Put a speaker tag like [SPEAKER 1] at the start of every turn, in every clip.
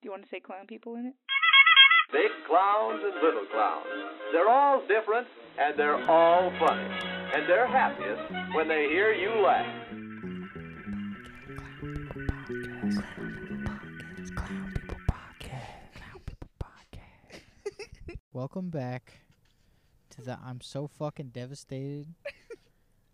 [SPEAKER 1] Do you want to say clown people in it?
[SPEAKER 2] Big clowns and little clowns. They're all different and they're all funny. And they're happiest when they hear you laugh.
[SPEAKER 3] Welcome back to the I'm so fucking devastated.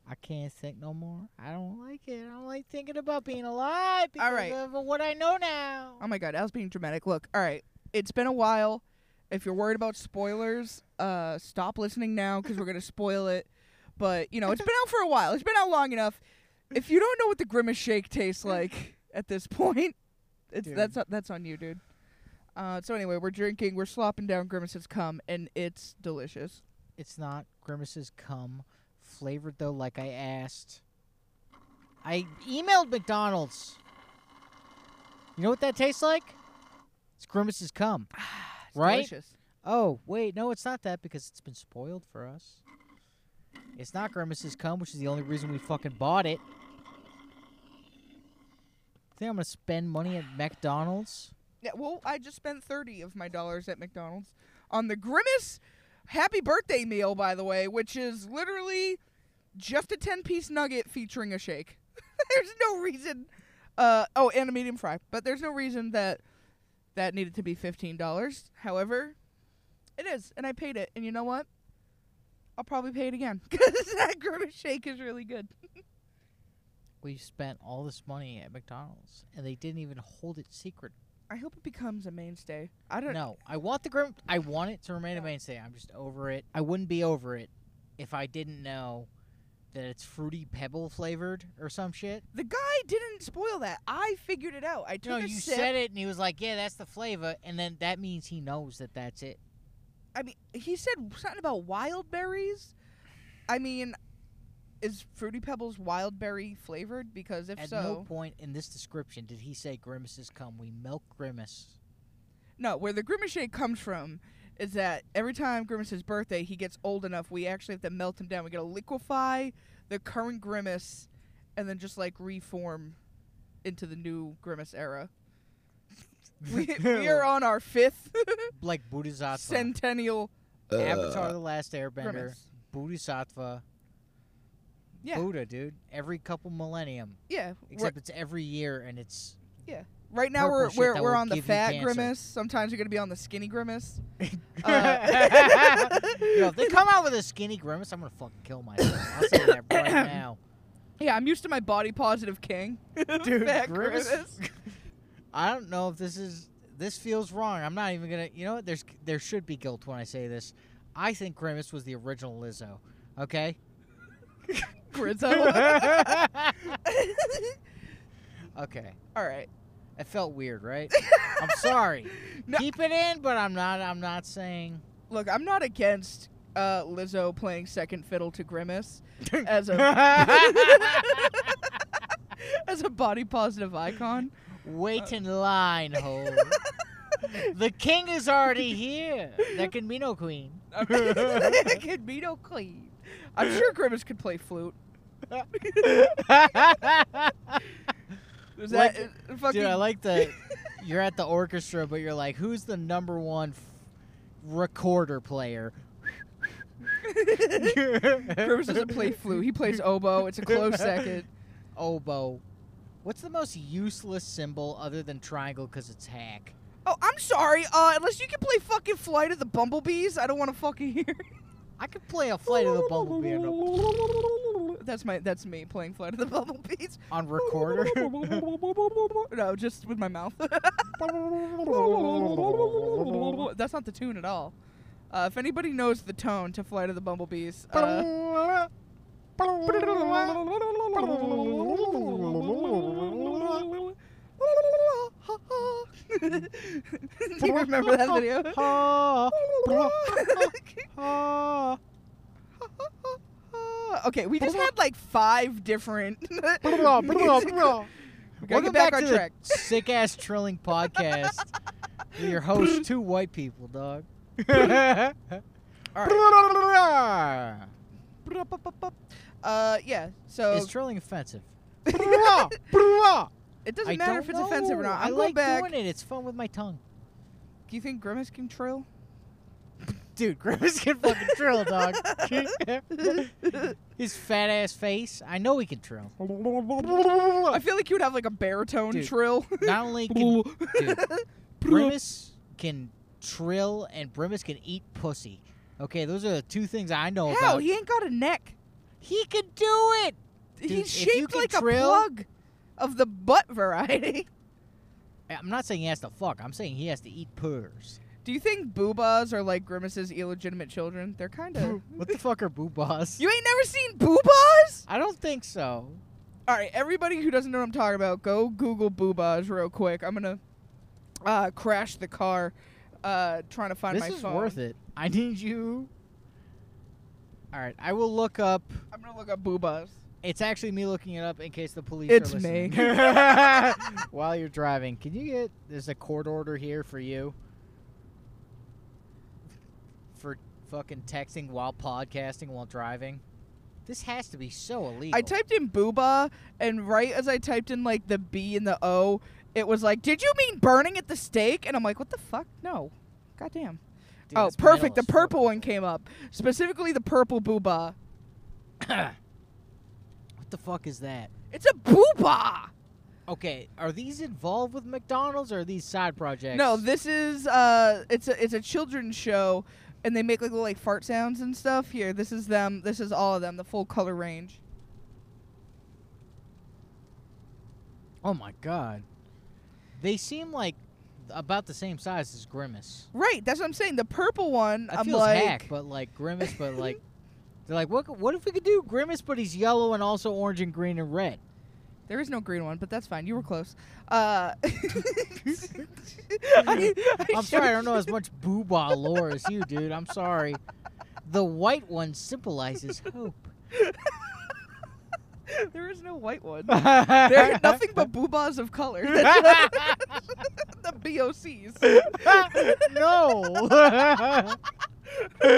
[SPEAKER 3] I can't think no more. I don't like it. I don't like thinking about being alive because
[SPEAKER 4] All right.
[SPEAKER 3] of what I know now.
[SPEAKER 4] Oh my god, I was being dramatic. Look, all right, it's been a while. If you're worried about spoilers, uh, stop listening now because we're gonna spoil it. But you know, it's been out for a while. It's been out long enough. If you don't know what the grimace shake tastes like at this point, it's
[SPEAKER 3] Dude.
[SPEAKER 4] that's that's on you, dude. Uh, so anyway, we're drinking, we're slopping down Grimace's cum, and it's delicious.
[SPEAKER 3] It's not Grimace's cum, flavored though, like I asked. I emailed McDonald's. You know what that tastes like? It's Grimace's cum.
[SPEAKER 4] It's
[SPEAKER 3] right?
[SPEAKER 4] Delicious.
[SPEAKER 3] Oh, wait, no, it's not that because it's been spoiled for us. It's not Grimace's cum, which is the only reason we fucking bought it. Think I'm gonna spend money at McDonald's?
[SPEAKER 4] Yeah, well, I just spent 30 of my dollars at McDonald's on the Grimace Happy Birthday meal, by the way, which is literally just a 10 piece nugget featuring a shake. there's no reason. Uh, oh, and a medium fry. But there's no reason that that needed to be $15. However, it is, and I paid it. And you know what? I'll probably pay it again because that Grimace shake is really good.
[SPEAKER 3] We spent all this money at McDonald's, and they didn't even hold it secret.
[SPEAKER 4] I hope it becomes a mainstay. I don't
[SPEAKER 3] No, I want the Grim. I want it to remain a mainstay. I'm just over it. I wouldn't be over it if I didn't know that it's fruity pebble flavored or some shit.
[SPEAKER 4] The guy didn't spoil that. I figured it out. I took
[SPEAKER 3] No,
[SPEAKER 4] a
[SPEAKER 3] you
[SPEAKER 4] sip.
[SPEAKER 3] said it, and he was like, "Yeah, that's the flavor," and then that means he knows that that's it.
[SPEAKER 4] I mean, he said something about wild berries. I mean, is Fruity Pebbles wild berry flavored? Because if
[SPEAKER 3] At
[SPEAKER 4] so,
[SPEAKER 3] no point in this description did he say grimaces come. We milk grimace.
[SPEAKER 4] no. Where the Grimace shake comes from is that every time Grimace's birthday, he gets old enough, we actually have to melt him down. We got to liquefy the current Grimace, and then just like reform into the new Grimace era. We, we are on our fifth
[SPEAKER 3] like Bodhisattva.
[SPEAKER 4] centennial.
[SPEAKER 3] Avatar: The Last Airbender.
[SPEAKER 4] Grimace.
[SPEAKER 3] Bodhisattva.
[SPEAKER 4] Yeah.
[SPEAKER 3] Buddha, dude. Every couple millennium,
[SPEAKER 4] Yeah, we're-
[SPEAKER 3] except it's every year, and it's
[SPEAKER 4] Right now
[SPEAKER 3] purple
[SPEAKER 4] we're
[SPEAKER 3] shit
[SPEAKER 4] we're,
[SPEAKER 3] that
[SPEAKER 4] we're
[SPEAKER 3] will
[SPEAKER 4] on the
[SPEAKER 3] give you
[SPEAKER 4] fat
[SPEAKER 3] cancer.
[SPEAKER 4] grimace. Sometimes you're gonna be on the skinny grimace. Uh,
[SPEAKER 3] Yo, if they come out with a skinny grimace, I'm gonna fucking kill myself. I'll say that right now.
[SPEAKER 4] yeah, I'm used to my body positive king.
[SPEAKER 3] Dude,
[SPEAKER 4] fat
[SPEAKER 3] grimace.
[SPEAKER 4] grimace.
[SPEAKER 3] I don't know if this is this feels wrong. I'm not even gonna. You know what? There's there should be guilt when I say this. I think Grimace was the original Lizzo. Okay.
[SPEAKER 4] Grizzo.
[SPEAKER 3] okay.
[SPEAKER 4] All right.
[SPEAKER 3] It felt weird, right? I'm sorry.
[SPEAKER 4] No.
[SPEAKER 3] Keep it in, but I'm not. I'm not saying.
[SPEAKER 4] Look, I'm not against uh, Lizzo playing second fiddle to grimace as a
[SPEAKER 3] Wait
[SPEAKER 4] as a body positive icon.
[SPEAKER 3] in line,
[SPEAKER 4] Uh.
[SPEAKER 3] ho. The king is already here. There can be no queen.
[SPEAKER 4] it could be no clean. I'm sure Grimace could play flute. Is that
[SPEAKER 3] Like-
[SPEAKER 4] uh, fucking
[SPEAKER 3] Dude, I like the. You're at the orchestra, but you're like, who's the number one f- recorder player?
[SPEAKER 4] Grimace doesn't play flute. He plays oboe. It's a close second.
[SPEAKER 3] Oboe. What's the most useless symbol other than triangle because it's hack?
[SPEAKER 4] Oh, I'm sorry. Uh, unless you can play fucking Flight of the Bumblebees, I don't want to fucking hear.
[SPEAKER 3] I could play a flight of the bumblebee on, a-
[SPEAKER 4] That's my. That's me playing Flight of the Bumblebees.
[SPEAKER 3] on recorder.
[SPEAKER 4] no, just with my mouth.
[SPEAKER 3] Uh,
[SPEAKER 4] that's not the tune at all. Uh, if anybody knows the tone to Flight of the Bumblebees, uh, Do you remember that video? okay, we just had like five different. We gotta
[SPEAKER 3] Welcome
[SPEAKER 4] get back,
[SPEAKER 3] back
[SPEAKER 4] on
[SPEAKER 3] to
[SPEAKER 4] track.
[SPEAKER 3] the sick ass trilling podcast. with your host, two white people, dog. All right.
[SPEAKER 4] Uh, yeah. So
[SPEAKER 3] Is trilling offensive?
[SPEAKER 4] It doesn't
[SPEAKER 3] I
[SPEAKER 4] matter
[SPEAKER 3] don't
[SPEAKER 4] if it's offensive or
[SPEAKER 3] know.
[SPEAKER 4] not.
[SPEAKER 3] I
[SPEAKER 4] I'm going
[SPEAKER 3] like
[SPEAKER 4] back.
[SPEAKER 3] doing it. It's fun with my tongue.
[SPEAKER 4] Do you think Grimace can trill?
[SPEAKER 3] Dude, Grimace can fucking drill, dog. His fat ass face. I know he can drill.
[SPEAKER 4] I feel like you would have like a baritone
[SPEAKER 3] Dude.
[SPEAKER 4] trill.
[SPEAKER 3] Not only can dude, Grimace can trill and Grimace can eat pussy. Okay, those are the two things I know
[SPEAKER 4] How?
[SPEAKER 3] about.
[SPEAKER 4] He ain't got a neck.
[SPEAKER 3] He could do it. Dude,
[SPEAKER 4] He's
[SPEAKER 3] if you
[SPEAKER 4] shaped
[SPEAKER 3] can
[SPEAKER 4] like
[SPEAKER 3] trill-
[SPEAKER 4] a plug of the butt variety.
[SPEAKER 3] I- I'm not saying he has to fuck. I'm saying he has to eat purrs.
[SPEAKER 4] Do you think boobas are like Grimace's illegitimate children? They're kind of.
[SPEAKER 3] What the fuck are boobas?
[SPEAKER 4] you ain't never seen boobas?
[SPEAKER 3] I don't think so.
[SPEAKER 4] All right, everybody who doesn't know what I'm talking about, go Google boobas real quick. I'm gonna uh, crash the car uh, trying to find
[SPEAKER 3] this
[SPEAKER 4] my
[SPEAKER 3] is
[SPEAKER 4] phone.
[SPEAKER 3] worth it. I need you. All right, I will look up.
[SPEAKER 4] I'm gonna look up boobas.
[SPEAKER 3] It's actually me looking it up in case the police
[SPEAKER 4] It's
[SPEAKER 3] are
[SPEAKER 4] me.
[SPEAKER 3] listening. While you're driving, can you get? There's a court order here for you. For fucking texting while podcasting while driving. This has to be so illegal.
[SPEAKER 4] I typed in booba, and right as I typed in like the B and the O, it was like, "Did you mean burning at the stake?" And I'm like, "What the fuck? No, goddamn."
[SPEAKER 3] Dude,
[SPEAKER 4] oh,
[SPEAKER 3] it's metal
[SPEAKER 4] perfect. The
[SPEAKER 3] as fuck.
[SPEAKER 4] purple one came up, specifically the purple booba.
[SPEAKER 3] What the fuck is that?
[SPEAKER 4] It's a booba.
[SPEAKER 3] Okay, are these involved with McDonald's or are these side projects?
[SPEAKER 4] No, this is uh, it's a it's a children's show, and they make like little like fart sounds and stuff. Here, this is them. This is all of them. The full color range.
[SPEAKER 3] oh my god. They seem like about the same size as Grimace.
[SPEAKER 4] Right, that's what I'm saying. The purple one,
[SPEAKER 3] That
[SPEAKER 4] I'm
[SPEAKER 3] feels
[SPEAKER 4] like,
[SPEAKER 3] hack, but like Grimace, but like they're like, what? What if we could do Grimace, but he's yellow and also orange and green and red?
[SPEAKER 4] There is no green one, but that's fine. You were close. Uh, I,
[SPEAKER 3] I'm
[SPEAKER 4] showed
[SPEAKER 3] sorry, I don't know
[SPEAKER 4] you-
[SPEAKER 3] as much booba lore as you, dude. I'm sorry. The white one symbolizes hope.
[SPEAKER 4] There is no white one. There are
[SPEAKER 3] There's
[SPEAKER 4] nothing but boobas of color. the BOCs.
[SPEAKER 3] no.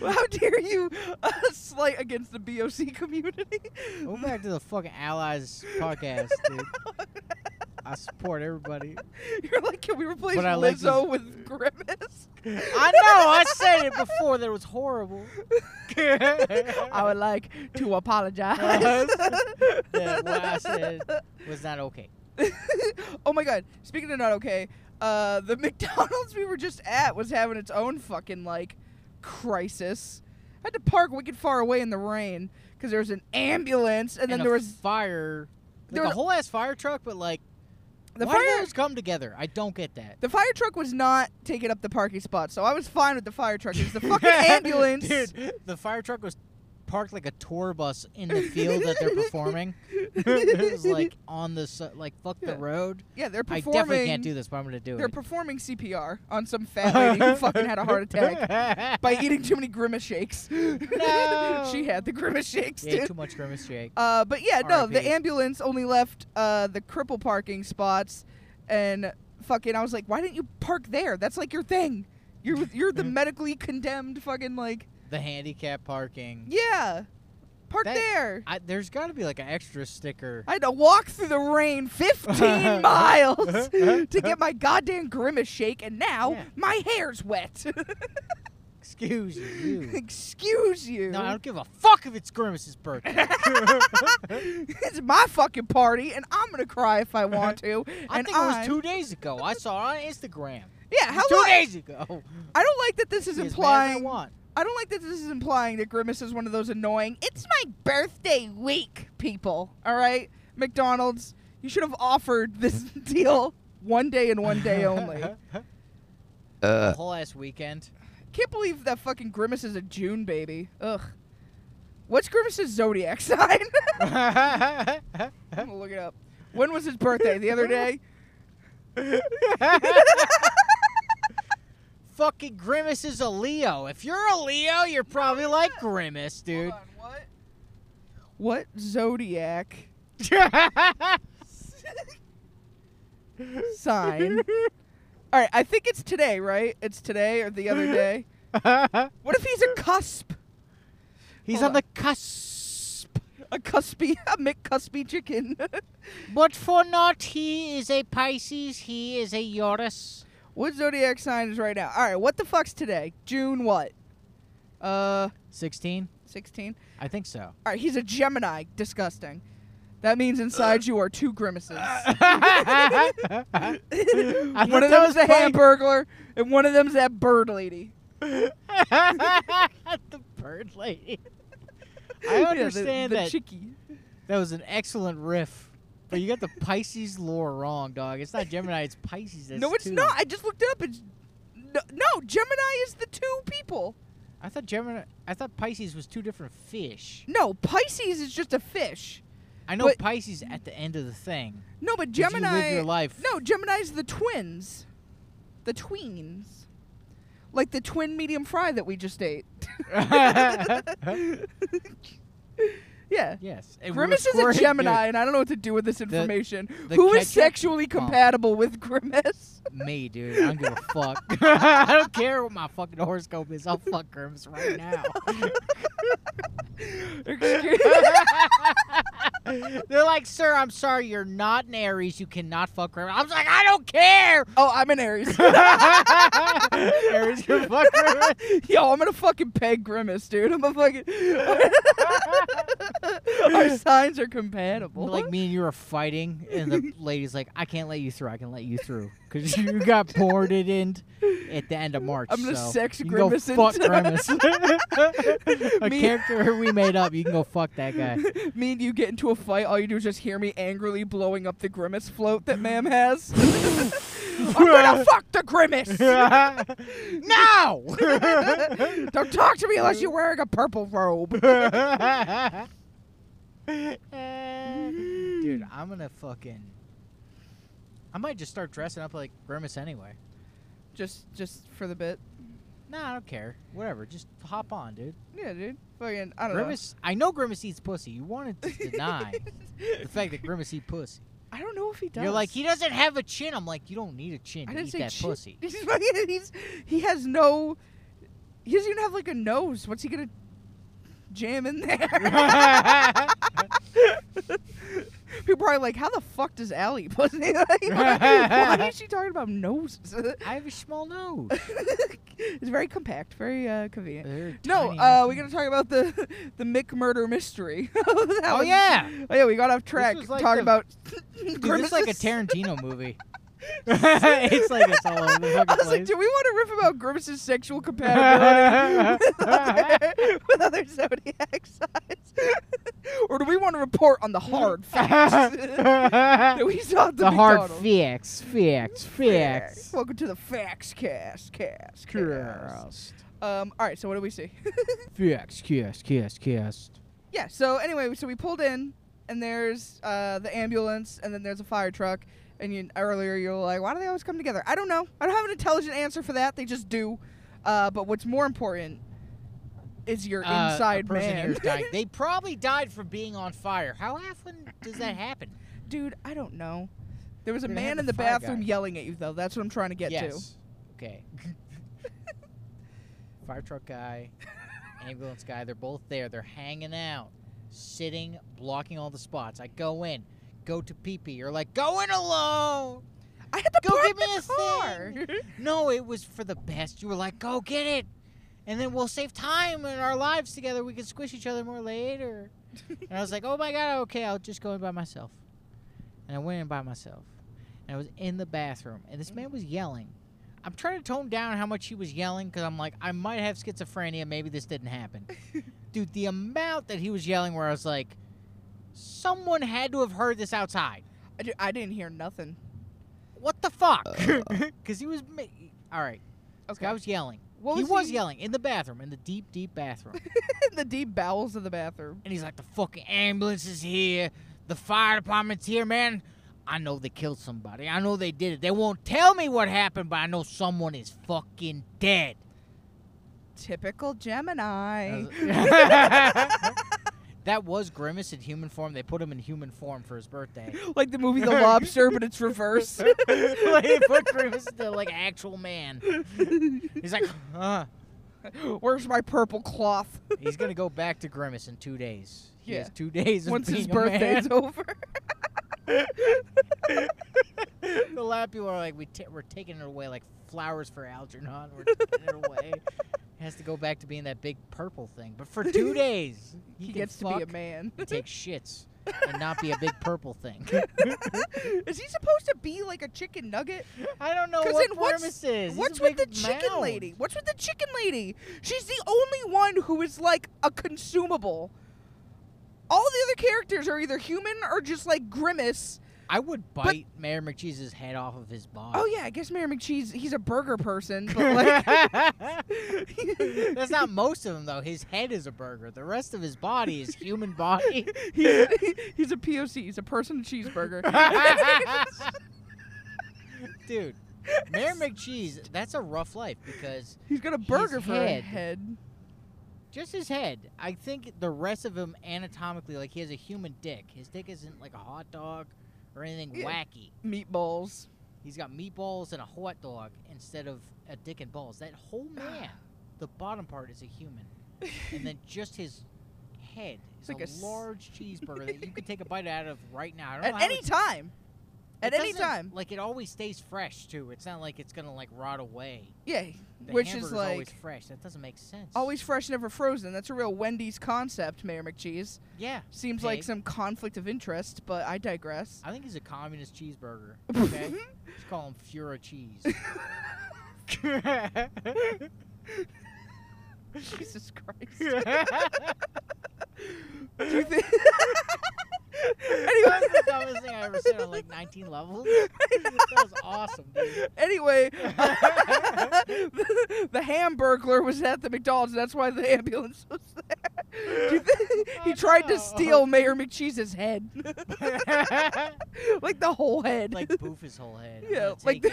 [SPEAKER 4] How dare you uh, slight against the BOC community?
[SPEAKER 3] Go back to the fucking Allies podcast, dude. I support everybody.
[SPEAKER 4] You're like, can we replace
[SPEAKER 3] But I
[SPEAKER 4] Lizzo
[SPEAKER 3] like these-
[SPEAKER 4] with Grimace?
[SPEAKER 3] I know, I said it before that it was horrible.
[SPEAKER 4] I would like to apologize.
[SPEAKER 3] Yeah, what I said was not okay.
[SPEAKER 4] oh my god. Speaking of not okay, uh, the McDonald's we were just at was having its own fucking like crisis. I had to park wicked far away in the rain because there was an ambulance and, then
[SPEAKER 3] a
[SPEAKER 4] there was
[SPEAKER 3] fire. Like
[SPEAKER 4] there
[SPEAKER 3] a
[SPEAKER 4] was-
[SPEAKER 3] whole ass fire truck, but like
[SPEAKER 4] the
[SPEAKER 3] why do
[SPEAKER 4] fire.
[SPEAKER 3] those come together? I don't get that.
[SPEAKER 4] the fire truck was not taking up the parking spot, so I was fine with the fire truck. It was the fucking ambulance.
[SPEAKER 3] dude. The fire truck was parked like a tour bus in the field that they're performing. it was like on the s- like fuck
[SPEAKER 4] Yeah.
[SPEAKER 3] the road.
[SPEAKER 4] yeah, they're
[SPEAKER 3] I
[SPEAKER 4] performing.
[SPEAKER 3] definitely can't do this, but I'm gonna do
[SPEAKER 4] They're
[SPEAKER 3] it.
[SPEAKER 4] performing CPR on some fat lady who fucking had a heart attack by eating too many grimace shakes.
[SPEAKER 3] No.
[SPEAKER 4] she had the grimace shakes.
[SPEAKER 3] yeah,
[SPEAKER 4] dude.
[SPEAKER 3] too much grimace, Jake.
[SPEAKER 4] Uh, but yeah, no, the
[SPEAKER 3] RIP.
[SPEAKER 4] ambulance only left uh, the cripple parking spots, and fucking, I was like, why didn't you park there? That's like your thing. You're with- you're the medically condemned fucking like
[SPEAKER 3] The handicap parking.
[SPEAKER 4] yeah, park
[SPEAKER 3] That-
[SPEAKER 4] there.
[SPEAKER 3] I, there's got to be like an extra sticker.
[SPEAKER 4] I had to walk through the rain 15 miles to get my goddamn grimace shake, and now
[SPEAKER 3] Yeah.
[SPEAKER 4] my hair's wet.
[SPEAKER 3] Excuse you.
[SPEAKER 4] Excuse you.
[SPEAKER 3] no, I don't give a fuck if it's Grimace's birthday.
[SPEAKER 4] it's my fucking party, and I'm gonna cry if I want to.
[SPEAKER 3] I
[SPEAKER 4] and
[SPEAKER 3] think it was two days ago. I saw it on Instagram.
[SPEAKER 4] Yeah, how
[SPEAKER 3] two
[SPEAKER 4] long?
[SPEAKER 3] days ago.
[SPEAKER 4] I don't like that this is
[SPEAKER 3] Be as mad as I
[SPEAKER 4] implying.
[SPEAKER 3] want.
[SPEAKER 4] I don't like that this is implying that Grimace is one of those annoying. It's my birthday week, people. All right, McDonald's, you should have offered this deal one day and one day only.
[SPEAKER 3] The whole ass weekend.
[SPEAKER 4] Can't believe that fucking Grimace is a June baby. Ugh. What's Grimace's zodiac sign? I'm gonna look it up. When was his birthday? The other day.
[SPEAKER 3] Fucking Grimace is a Leo. If you're a Leo, you're probably like Grimace, dude.
[SPEAKER 4] Hold on, what? What zodiac sign? All right, I think it's today, right? It's today or the other day. What if he's a cusp?
[SPEAKER 3] He's
[SPEAKER 4] Hold
[SPEAKER 3] on the cusp
[SPEAKER 4] a cuspy, a McCuspy chicken.
[SPEAKER 3] But for not, he is a Pisces. He is a Eurus.
[SPEAKER 4] what zodiac sign is right now? All right, what the fuck's today? June what? Uh,
[SPEAKER 3] Sixteen,
[SPEAKER 4] 16.
[SPEAKER 3] I think so.
[SPEAKER 4] All right, he's a Gemini. Disgusting. That means inside you are two grimaces.
[SPEAKER 3] I
[SPEAKER 4] one of them's a hamburglar, and one of them's that bird lady.
[SPEAKER 3] the bird lady. I
[SPEAKER 4] Yeah, the-
[SPEAKER 3] understand
[SPEAKER 4] the,
[SPEAKER 3] that.
[SPEAKER 4] Chicky.
[SPEAKER 3] That was an excellent riff. But you got the Pisces lore wrong, dog. It's not Gemini, it's Pisces. That's
[SPEAKER 4] No, it's
[SPEAKER 3] two.
[SPEAKER 4] not. I just looked it up. It's no, no, Gemini is the two people.
[SPEAKER 3] I thought Gemini I thought Pisces was two different fish.
[SPEAKER 4] No, Pisces is just a fish.
[SPEAKER 3] I know
[SPEAKER 4] But-
[SPEAKER 3] Pisces at the end of the thing.
[SPEAKER 4] No, but
[SPEAKER 3] Did you live
[SPEAKER 4] Gemini.
[SPEAKER 3] your life?
[SPEAKER 4] No, Gemini's the twins, the tweens, like the twin medium fry that we just ate. yeah.
[SPEAKER 3] Yes. and we were
[SPEAKER 4] Grimace is a
[SPEAKER 3] squirting-
[SPEAKER 4] Gemini, and I don't know what to do with this information.
[SPEAKER 3] the
[SPEAKER 4] Who is
[SPEAKER 3] ketchup-
[SPEAKER 4] sexually
[SPEAKER 3] Well-
[SPEAKER 4] compatible with Grimace?
[SPEAKER 3] Dude, me, dude. I don't give a fuck. I don't care what my fucking horoscope is. I'll fuck Grimace right now.
[SPEAKER 4] Excuse-
[SPEAKER 3] They're like, sir, I'm sorry, you're not an Aries. You cannot fuck Grimace. I was like, I don't care.
[SPEAKER 4] oh, I'm an Aries.
[SPEAKER 3] Aries, you're fuck Grimace.
[SPEAKER 4] Yo, I'm gonna fucking peg Grimace, dude. I'm a fucking. Our signs are compatible.
[SPEAKER 3] Like me and you are fighting, and the lady's like, "I can't let you through. I can let you through because you got boarded in at the end of March."
[SPEAKER 4] I'm gonna
[SPEAKER 3] so
[SPEAKER 4] sex
[SPEAKER 3] you can go
[SPEAKER 4] Grimace
[SPEAKER 3] fuck
[SPEAKER 4] into-
[SPEAKER 3] grimace. A
[SPEAKER 4] Me-
[SPEAKER 3] character we made up. You can go fuck that guy.
[SPEAKER 4] me and you get into a fight, all you do is just hear me angrily blowing up the grimace float that ma'am has. I'm gonna fuck the grimace!
[SPEAKER 3] no.
[SPEAKER 4] Don't talk to me unless you're wearing a purple robe.
[SPEAKER 3] Dude, I'm gonna fucking. I might just start dressing up like Grimace anyway.
[SPEAKER 4] Just just for the bit.
[SPEAKER 3] Nah, I don't care. Whatever. Just hop on, dude.
[SPEAKER 4] Yeah, dude. Fucking I don't
[SPEAKER 3] Grimace. I know Grimace eats pussy. You wanted to
[SPEAKER 4] know.
[SPEAKER 3] deny the fact that Grimace eats pussy.
[SPEAKER 4] I don't know if he does.
[SPEAKER 3] You're like he doesn't have a chin. I'm like you don't need a chin
[SPEAKER 4] I
[SPEAKER 3] to
[SPEAKER 4] didn't
[SPEAKER 3] eat
[SPEAKER 4] say
[SPEAKER 3] that
[SPEAKER 4] shit.
[SPEAKER 3] pussy.
[SPEAKER 4] He's fucking- he's- he has no he doesn't even have like a nose. What's he gonna jam in there? People are like, how the fuck does Allie pussy? like, why, why is she talking about noses?
[SPEAKER 3] I have a small nose.
[SPEAKER 4] it's very compact, very uh, convenient.
[SPEAKER 3] They're
[SPEAKER 4] No,
[SPEAKER 3] tiny
[SPEAKER 4] uh,
[SPEAKER 3] ass
[SPEAKER 4] we're gonna
[SPEAKER 3] things.
[SPEAKER 4] talk about the the Mick murder mystery. That
[SPEAKER 3] Oh
[SPEAKER 4] was-
[SPEAKER 3] yeah,
[SPEAKER 4] oh yeah, we got off track
[SPEAKER 3] was like
[SPEAKER 4] talking
[SPEAKER 3] the-
[SPEAKER 4] about.
[SPEAKER 3] dude, this is like a
[SPEAKER 4] grimaces.
[SPEAKER 3] Tarantino movie. it's like it's all over the fucking
[SPEAKER 4] I was
[SPEAKER 3] place.
[SPEAKER 4] like, do we want to riff about Grimace's sexual compatibility with, other, with other zodiac signs? or do we want to report on the hard facts that we saw at the,
[SPEAKER 3] the hard facts,
[SPEAKER 4] McDonald's?
[SPEAKER 3] facts, facts.
[SPEAKER 4] Welcome to the facts cast, cast, cast.
[SPEAKER 3] Cast.
[SPEAKER 4] Um, all right, so what do we see?
[SPEAKER 3] Facts, cast, cast, cast.
[SPEAKER 4] yeah, so anyway, so we pulled in, and there's uh, the ambulance, and then there's a fire truck. And you, earlier you were like, why do they always come together? I don't know. I don't have an intelligent answer for that. They just do. Uh, but what's more important is your
[SPEAKER 3] Uh, a
[SPEAKER 4] inside
[SPEAKER 3] person
[SPEAKER 4] man.
[SPEAKER 3] here is dying. They probably died from being on fire. How often does that happen?
[SPEAKER 4] Dude, I don't know. There was a
[SPEAKER 3] You're gonna have
[SPEAKER 4] man in
[SPEAKER 3] the
[SPEAKER 4] the
[SPEAKER 3] fire
[SPEAKER 4] bathroom
[SPEAKER 3] guy.
[SPEAKER 4] yelling at you, though. That's what I'm trying to get to.
[SPEAKER 3] yes. Okay. Fire truck guy, ambulance guy, they're both there. They're hanging out, sitting, blocking all the spots. I go in, go to pee pee. You're like, go in alone.
[SPEAKER 4] I had to
[SPEAKER 3] Go
[SPEAKER 4] park
[SPEAKER 3] give me
[SPEAKER 4] the
[SPEAKER 3] a
[SPEAKER 4] car.
[SPEAKER 3] No, it was for the best. You were like, go get it. And then we'll save time in our lives together. We can squish each other more later. and I was like, oh my God, okay, I'll just go in by myself. And I went in by myself. And I was in the bathroom. And this man was yelling. I'm trying to tone down how much he was yelling because I'm like, I might have schizophrenia. Maybe this didn't happen. Dude, the amount that he was yelling, where I was like, someone had to have heard this outside
[SPEAKER 4] I, ju- I didn't hear nothing.
[SPEAKER 3] what the fuck? Because he was. Ma- All right. This
[SPEAKER 4] Okay.
[SPEAKER 3] guy was yelling.
[SPEAKER 4] What
[SPEAKER 3] he
[SPEAKER 4] was
[SPEAKER 3] was
[SPEAKER 4] he-
[SPEAKER 3] yelling in the bathroom, in the deep, deep bathroom.
[SPEAKER 4] in the deep bowels of the bathroom.
[SPEAKER 3] and he's like, the fucking ambulance is here. The fire department's here, man. I know they killed somebody. I know they did it. They won't tell me what happened, but I know someone is fucking dead.
[SPEAKER 4] Typical Gemini.
[SPEAKER 3] that was Grimace in human form. They put him in human form for his birthday.
[SPEAKER 4] like the movie The Lobster, but it's reverse.
[SPEAKER 3] like, they put Grimace to like actual man. He's like, huh.
[SPEAKER 4] Where's my purple cloth?
[SPEAKER 3] He's gonna go back to Grimace in two days. He has
[SPEAKER 4] Yeah.
[SPEAKER 3] two days. Of
[SPEAKER 4] Once his
[SPEAKER 3] being a man.
[SPEAKER 4] birthday's over.
[SPEAKER 3] the lab people are like, we ta we're taking it away like flowers for Algernon. We're taking it away. He has to go back to being that big purple thing. But for two days, he,
[SPEAKER 4] he
[SPEAKER 3] can
[SPEAKER 4] gets to
[SPEAKER 3] fuck
[SPEAKER 4] be a man.
[SPEAKER 3] and take shits and not be a big purple thing.
[SPEAKER 4] Is he supposed to be like a chicken nugget?
[SPEAKER 3] I don't know
[SPEAKER 4] 'Cause
[SPEAKER 3] what
[SPEAKER 4] then what's-
[SPEAKER 3] Primus is. He's a
[SPEAKER 4] What's with the
[SPEAKER 3] big
[SPEAKER 4] chicken
[SPEAKER 3] mound.
[SPEAKER 4] lady? What's with the chicken lady? She's the only one who is like a consumable. All the other characters are either human or just like grimace.
[SPEAKER 3] I would bite Mayor McCheese's head off of his body.
[SPEAKER 4] Oh yeah, I guess Mayor McCheese he's a burger person, but like
[SPEAKER 3] That's not most of him though. His head is a burger. The rest of his body is human body.
[SPEAKER 4] he's, he's a POC, he's a person cheeseburger.
[SPEAKER 3] Dude, Mayor McCheese, that's a rough life because
[SPEAKER 4] he's got a
[SPEAKER 3] His
[SPEAKER 4] burger for a
[SPEAKER 3] head.
[SPEAKER 4] head.
[SPEAKER 3] just his head, I think the rest of him anatomically, like he has a human dick. His dick isn't like a hot dog or anything
[SPEAKER 4] Yeah.
[SPEAKER 3] wacky.
[SPEAKER 4] Meatballs.
[SPEAKER 3] He's got meatballs and a hot dog instead of a dick and balls. That whole
[SPEAKER 4] Ah.
[SPEAKER 3] man, the bottom part is a human. And then just his head is
[SPEAKER 4] Like a
[SPEAKER 3] a,
[SPEAKER 4] s-
[SPEAKER 3] large cheeseburger that you could take a bite out of right now. I don't know
[SPEAKER 4] At
[SPEAKER 3] how
[SPEAKER 4] any
[SPEAKER 3] it's-
[SPEAKER 4] time.
[SPEAKER 3] it
[SPEAKER 4] At any
[SPEAKER 3] doesn't-
[SPEAKER 4] time.
[SPEAKER 3] Like it always stays fresh too. It's not like it's gonna like rot away.
[SPEAKER 4] Yeah.
[SPEAKER 3] The
[SPEAKER 4] Which is
[SPEAKER 3] hamburger's
[SPEAKER 4] like
[SPEAKER 3] always fresh. That doesn't make sense.
[SPEAKER 4] Always fresh, never frozen. That's a real Wendy's concept, Mayor McCheese.
[SPEAKER 3] Yeah.
[SPEAKER 4] Seems like
[SPEAKER 3] Pig.
[SPEAKER 4] some conflict of interest, but I digress.
[SPEAKER 3] I think he's a communist cheeseburger. Okay. Just call him Fura cheese.
[SPEAKER 4] Jesus Christ. Do you think? anyway,
[SPEAKER 3] That's the dumbest thing I ever said on like 19 levels. That was awesome, dude.
[SPEAKER 4] anyway, the, the hamburglar was at the McDonald's. and That's why the ambulance was there. Do you think- he
[SPEAKER 3] Oh,
[SPEAKER 4] tried
[SPEAKER 3] no.
[SPEAKER 4] to steal Mayor McCheese's head, like the whole head.
[SPEAKER 3] like poof his whole head. I'm
[SPEAKER 4] Yeah,
[SPEAKER 3] gonna
[SPEAKER 4] like
[SPEAKER 3] take
[SPEAKER 4] the,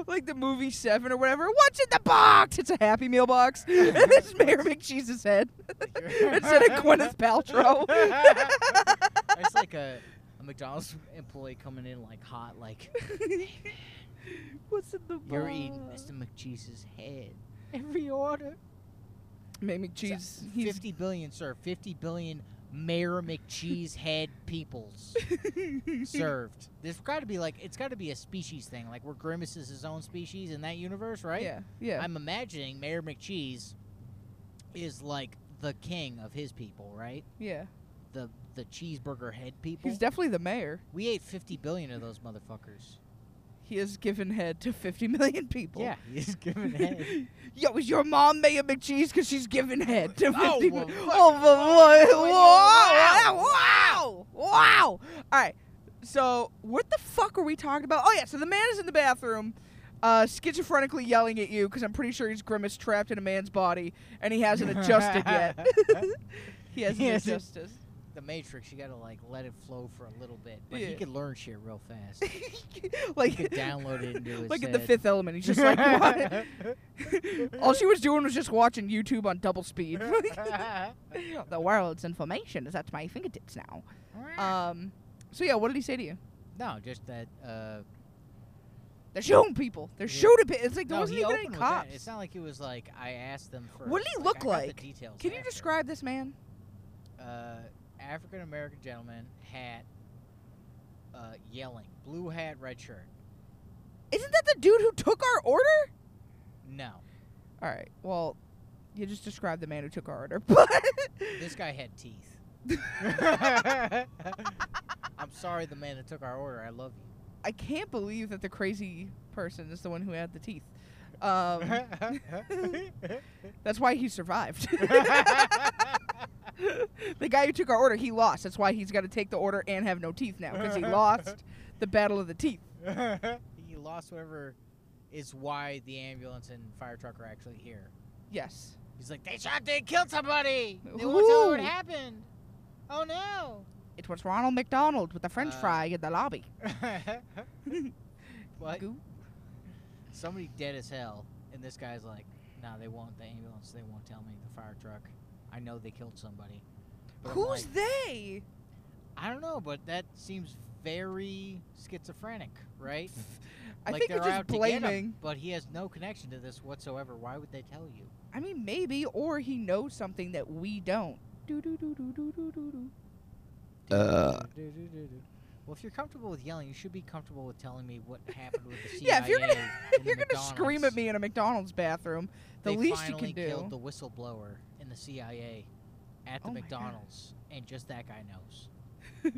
[SPEAKER 3] it.
[SPEAKER 4] like the movie Seven or whatever. What's in the box? It's a Happy Meal box. and it's Mayor McCheese's head instead of Gwyneth Paltrow.
[SPEAKER 3] It's like a, a McDonald's employee coming in like hot, like
[SPEAKER 4] What's in the box?
[SPEAKER 3] you're eating
[SPEAKER 4] Oh.
[SPEAKER 3] Mr. McCheese's head. Every order.
[SPEAKER 4] Mayor McCheese. He's
[SPEAKER 3] Fifty billion, sir. Fifty billion Mayor McCheese head peoples served. There's got to be like it's got to be a species thing, like where Grimace is his own species in that universe, right?
[SPEAKER 4] Yeah, yeah.
[SPEAKER 3] I'm imagining Mayor McCheese is like the king of his people, right?
[SPEAKER 4] yeah.
[SPEAKER 3] The the cheeseburger head people.
[SPEAKER 4] He's definitely the mayor.
[SPEAKER 3] we ate 50 billion of those motherfuckers.
[SPEAKER 4] He has given head to 50 million people.
[SPEAKER 3] Yeah, he's giving head.
[SPEAKER 4] Yo, is your mom Mayor McCheese? Because she's giving head to 50
[SPEAKER 3] Oh,
[SPEAKER 4] mi-
[SPEAKER 3] well, fuck. oh,
[SPEAKER 4] Oh, but what?
[SPEAKER 3] Wow.
[SPEAKER 4] Wow. Wow. Wow. All right. So, what the fuck are we talking about? Oh, yeah. So, the man is in the bathroom, uh, schizophrenically yelling at you because I'm pretty sure he's grimace trapped in a man's body and he hasn't adjusted yet. he hasn't
[SPEAKER 3] He hasn't-
[SPEAKER 4] adjusted.
[SPEAKER 3] the Matrix, you gotta like let it flow for a little bit, but he
[SPEAKER 4] Yeah.
[SPEAKER 3] could learn shit real fast.
[SPEAKER 4] like,
[SPEAKER 3] could download it into his
[SPEAKER 4] Like at the
[SPEAKER 3] head.
[SPEAKER 4] fifth element. He's just like, what? All she was doing was just watching YouTube on double speed. the world's information is at my fingertips now. Um, so yeah, what did he say to you?
[SPEAKER 3] Uh, no, just that. Uh,
[SPEAKER 4] They're shooting people. They're
[SPEAKER 3] Yeah.
[SPEAKER 4] shooting people. It's like there
[SPEAKER 3] no,
[SPEAKER 4] wasn't
[SPEAKER 3] he
[SPEAKER 4] even
[SPEAKER 3] opened
[SPEAKER 4] any
[SPEAKER 3] with that. It's
[SPEAKER 4] cops.
[SPEAKER 3] not like it was like I asked them for.
[SPEAKER 4] What did he look like?
[SPEAKER 3] The details
[SPEAKER 4] Can you
[SPEAKER 3] after.
[SPEAKER 4] describe this man?
[SPEAKER 3] Uh, African American gentleman, hat, uh, yelling, blue hat, red shirt.
[SPEAKER 4] Isn't that the dude who took our order?
[SPEAKER 3] No,
[SPEAKER 4] All right. Well, you just described the man who took our order. But
[SPEAKER 3] this guy had teeth. I'm sorry, the man that took our order. I love you.
[SPEAKER 4] I can't believe that the crazy person is the one who had the teeth. Um, that's why he survived. the guy who took our order, he lost. That's why he's got to take the order and have no teeth now because he lost the battle of the teeth.
[SPEAKER 3] he lost whatever is why the ambulance and fire truck are actually here.
[SPEAKER 4] Yes.
[SPEAKER 3] He's like, they shot, they killed somebody. They won't tell me what
[SPEAKER 4] Ooh.
[SPEAKER 3] happened. Oh no.
[SPEAKER 4] It was Ronald McDonald with the French
[SPEAKER 3] Uh,
[SPEAKER 4] fry in the lobby.
[SPEAKER 3] What?
[SPEAKER 4] Goo.
[SPEAKER 3] Somebody dead as hell, and this guy's like, nah, they won't. The ambulance, they won't tell me. The fire truck, I know they killed somebody. But I'm
[SPEAKER 4] Who's
[SPEAKER 3] like,
[SPEAKER 4] they?
[SPEAKER 3] I don't know, but that seems very schizophrenic, right?
[SPEAKER 4] I
[SPEAKER 3] like
[SPEAKER 4] think
[SPEAKER 3] they're
[SPEAKER 4] it's just
[SPEAKER 3] out to get him,
[SPEAKER 4] blaming.
[SPEAKER 3] but he has no connection to this whatsoever. Why would they tell you?
[SPEAKER 4] I mean, maybe, or he knows something that we don't. Do do do do do do do do.
[SPEAKER 1] Uh.
[SPEAKER 3] Well, if you're comfortable with yelling, you should be comfortable with telling me what happened with the CIA.
[SPEAKER 4] Yeah, if you're gonna-
[SPEAKER 3] in
[SPEAKER 4] if
[SPEAKER 3] the
[SPEAKER 4] you're gonna scream at
[SPEAKER 3] McDonald's.
[SPEAKER 4] me in a McDonald's bathroom, the
[SPEAKER 3] they
[SPEAKER 4] least you
[SPEAKER 3] finally
[SPEAKER 4] can
[SPEAKER 3] killed
[SPEAKER 4] do.
[SPEAKER 3] the whistleblower in the CIA at the
[SPEAKER 4] Oh my God.
[SPEAKER 3] McDonald's, and just that guy knows.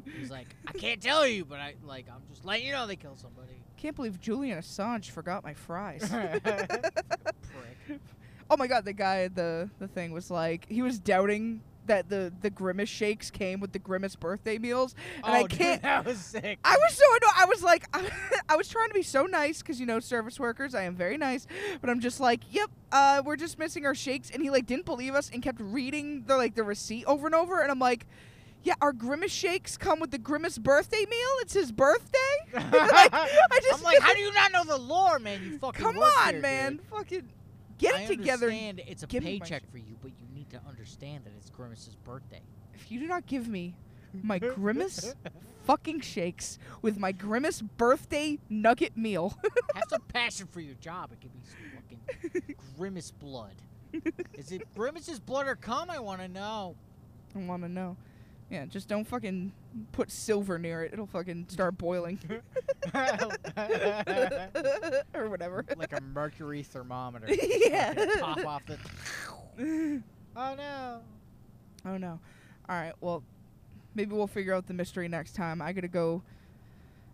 [SPEAKER 3] He's like, I can't tell you, but I like, I'm just letting you know they killed somebody.
[SPEAKER 4] Can't believe Julian Assange forgot my fries.
[SPEAKER 3] Prick.
[SPEAKER 4] oh my god, the guy at the the thing was like he was doubting that the the grimace shakes came with the grimace birthday meals, and
[SPEAKER 3] oh,
[SPEAKER 4] I
[SPEAKER 3] dude,
[SPEAKER 4] can't.
[SPEAKER 3] that was sick.
[SPEAKER 4] I was so annoyed. I was like, I was trying to be so nice because you know service workers. I am very nice, but I'm just like, yep, uh, we're just missing our shakes. And he like didn't believe us and kept reading the like the receipt over and over. And I'm like, yeah, our grimace shakes come with the grimace birthday meal. It's his birthday. like, I just
[SPEAKER 3] am like, how do you not know the lore, man? You fucking
[SPEAKER 4] come
[SPEAKER 3] work
[SPEAKER 4] on,
[SPEAKER 3] here,
[SPEAKER 4] man,
[SPEAKER 3] dude."
[SPEAKER 4] fucking get
[SPEAKER 3] I
[SPEAKER 4] it together.
[SPEAKER 3] understand it's a
[SPEAKER 4] give me my
[SPEAKER 3] paycheck
[SPEAKER 4] shit.
[SPEAKER 3] for you, but you need to understand that it's Grimace's birthday.
[SPEAKER 4] If you do not give me my grimace fucking shakes with my grimace birthday nugget meal.
[SPEAKER 3] Have some passion for your job. It could be some fucking grimace blood. Is it grimace's blood or cum? I want to know.
[SPEAKER 4] I want to know. Yeah, just don't fucking put silver near it. It'll fucking start boiling
[SPEAKER 3] like
[SPEAKER 4] or whatever.
[SPEAKER 3] a mercury thermometer.
[SPEAKER 4] Yeah.
[SPEAKER 3] Fucking Pop off the. Oh no.
[SPEAKER 4] Oh no. All right. Well, maybe we'll figure out the mystery next time. I gotta go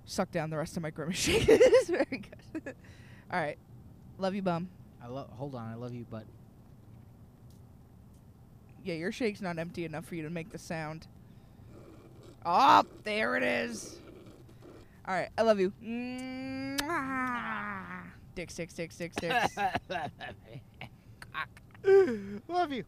[SPEAKER 4] suck down the rest of my grimace shake. it's very good. All right. Love you, bum.
[SPEAKER 3] I love. Hold on. I love you, but
[SPEAKER 4] Yeah, your shake's not empty enough for you to make the sound. Oh, there it is. All right. I love you. Mwah. Dicks, dicks, dicks, dicks, dicks.
[SPEAKER 3] love you.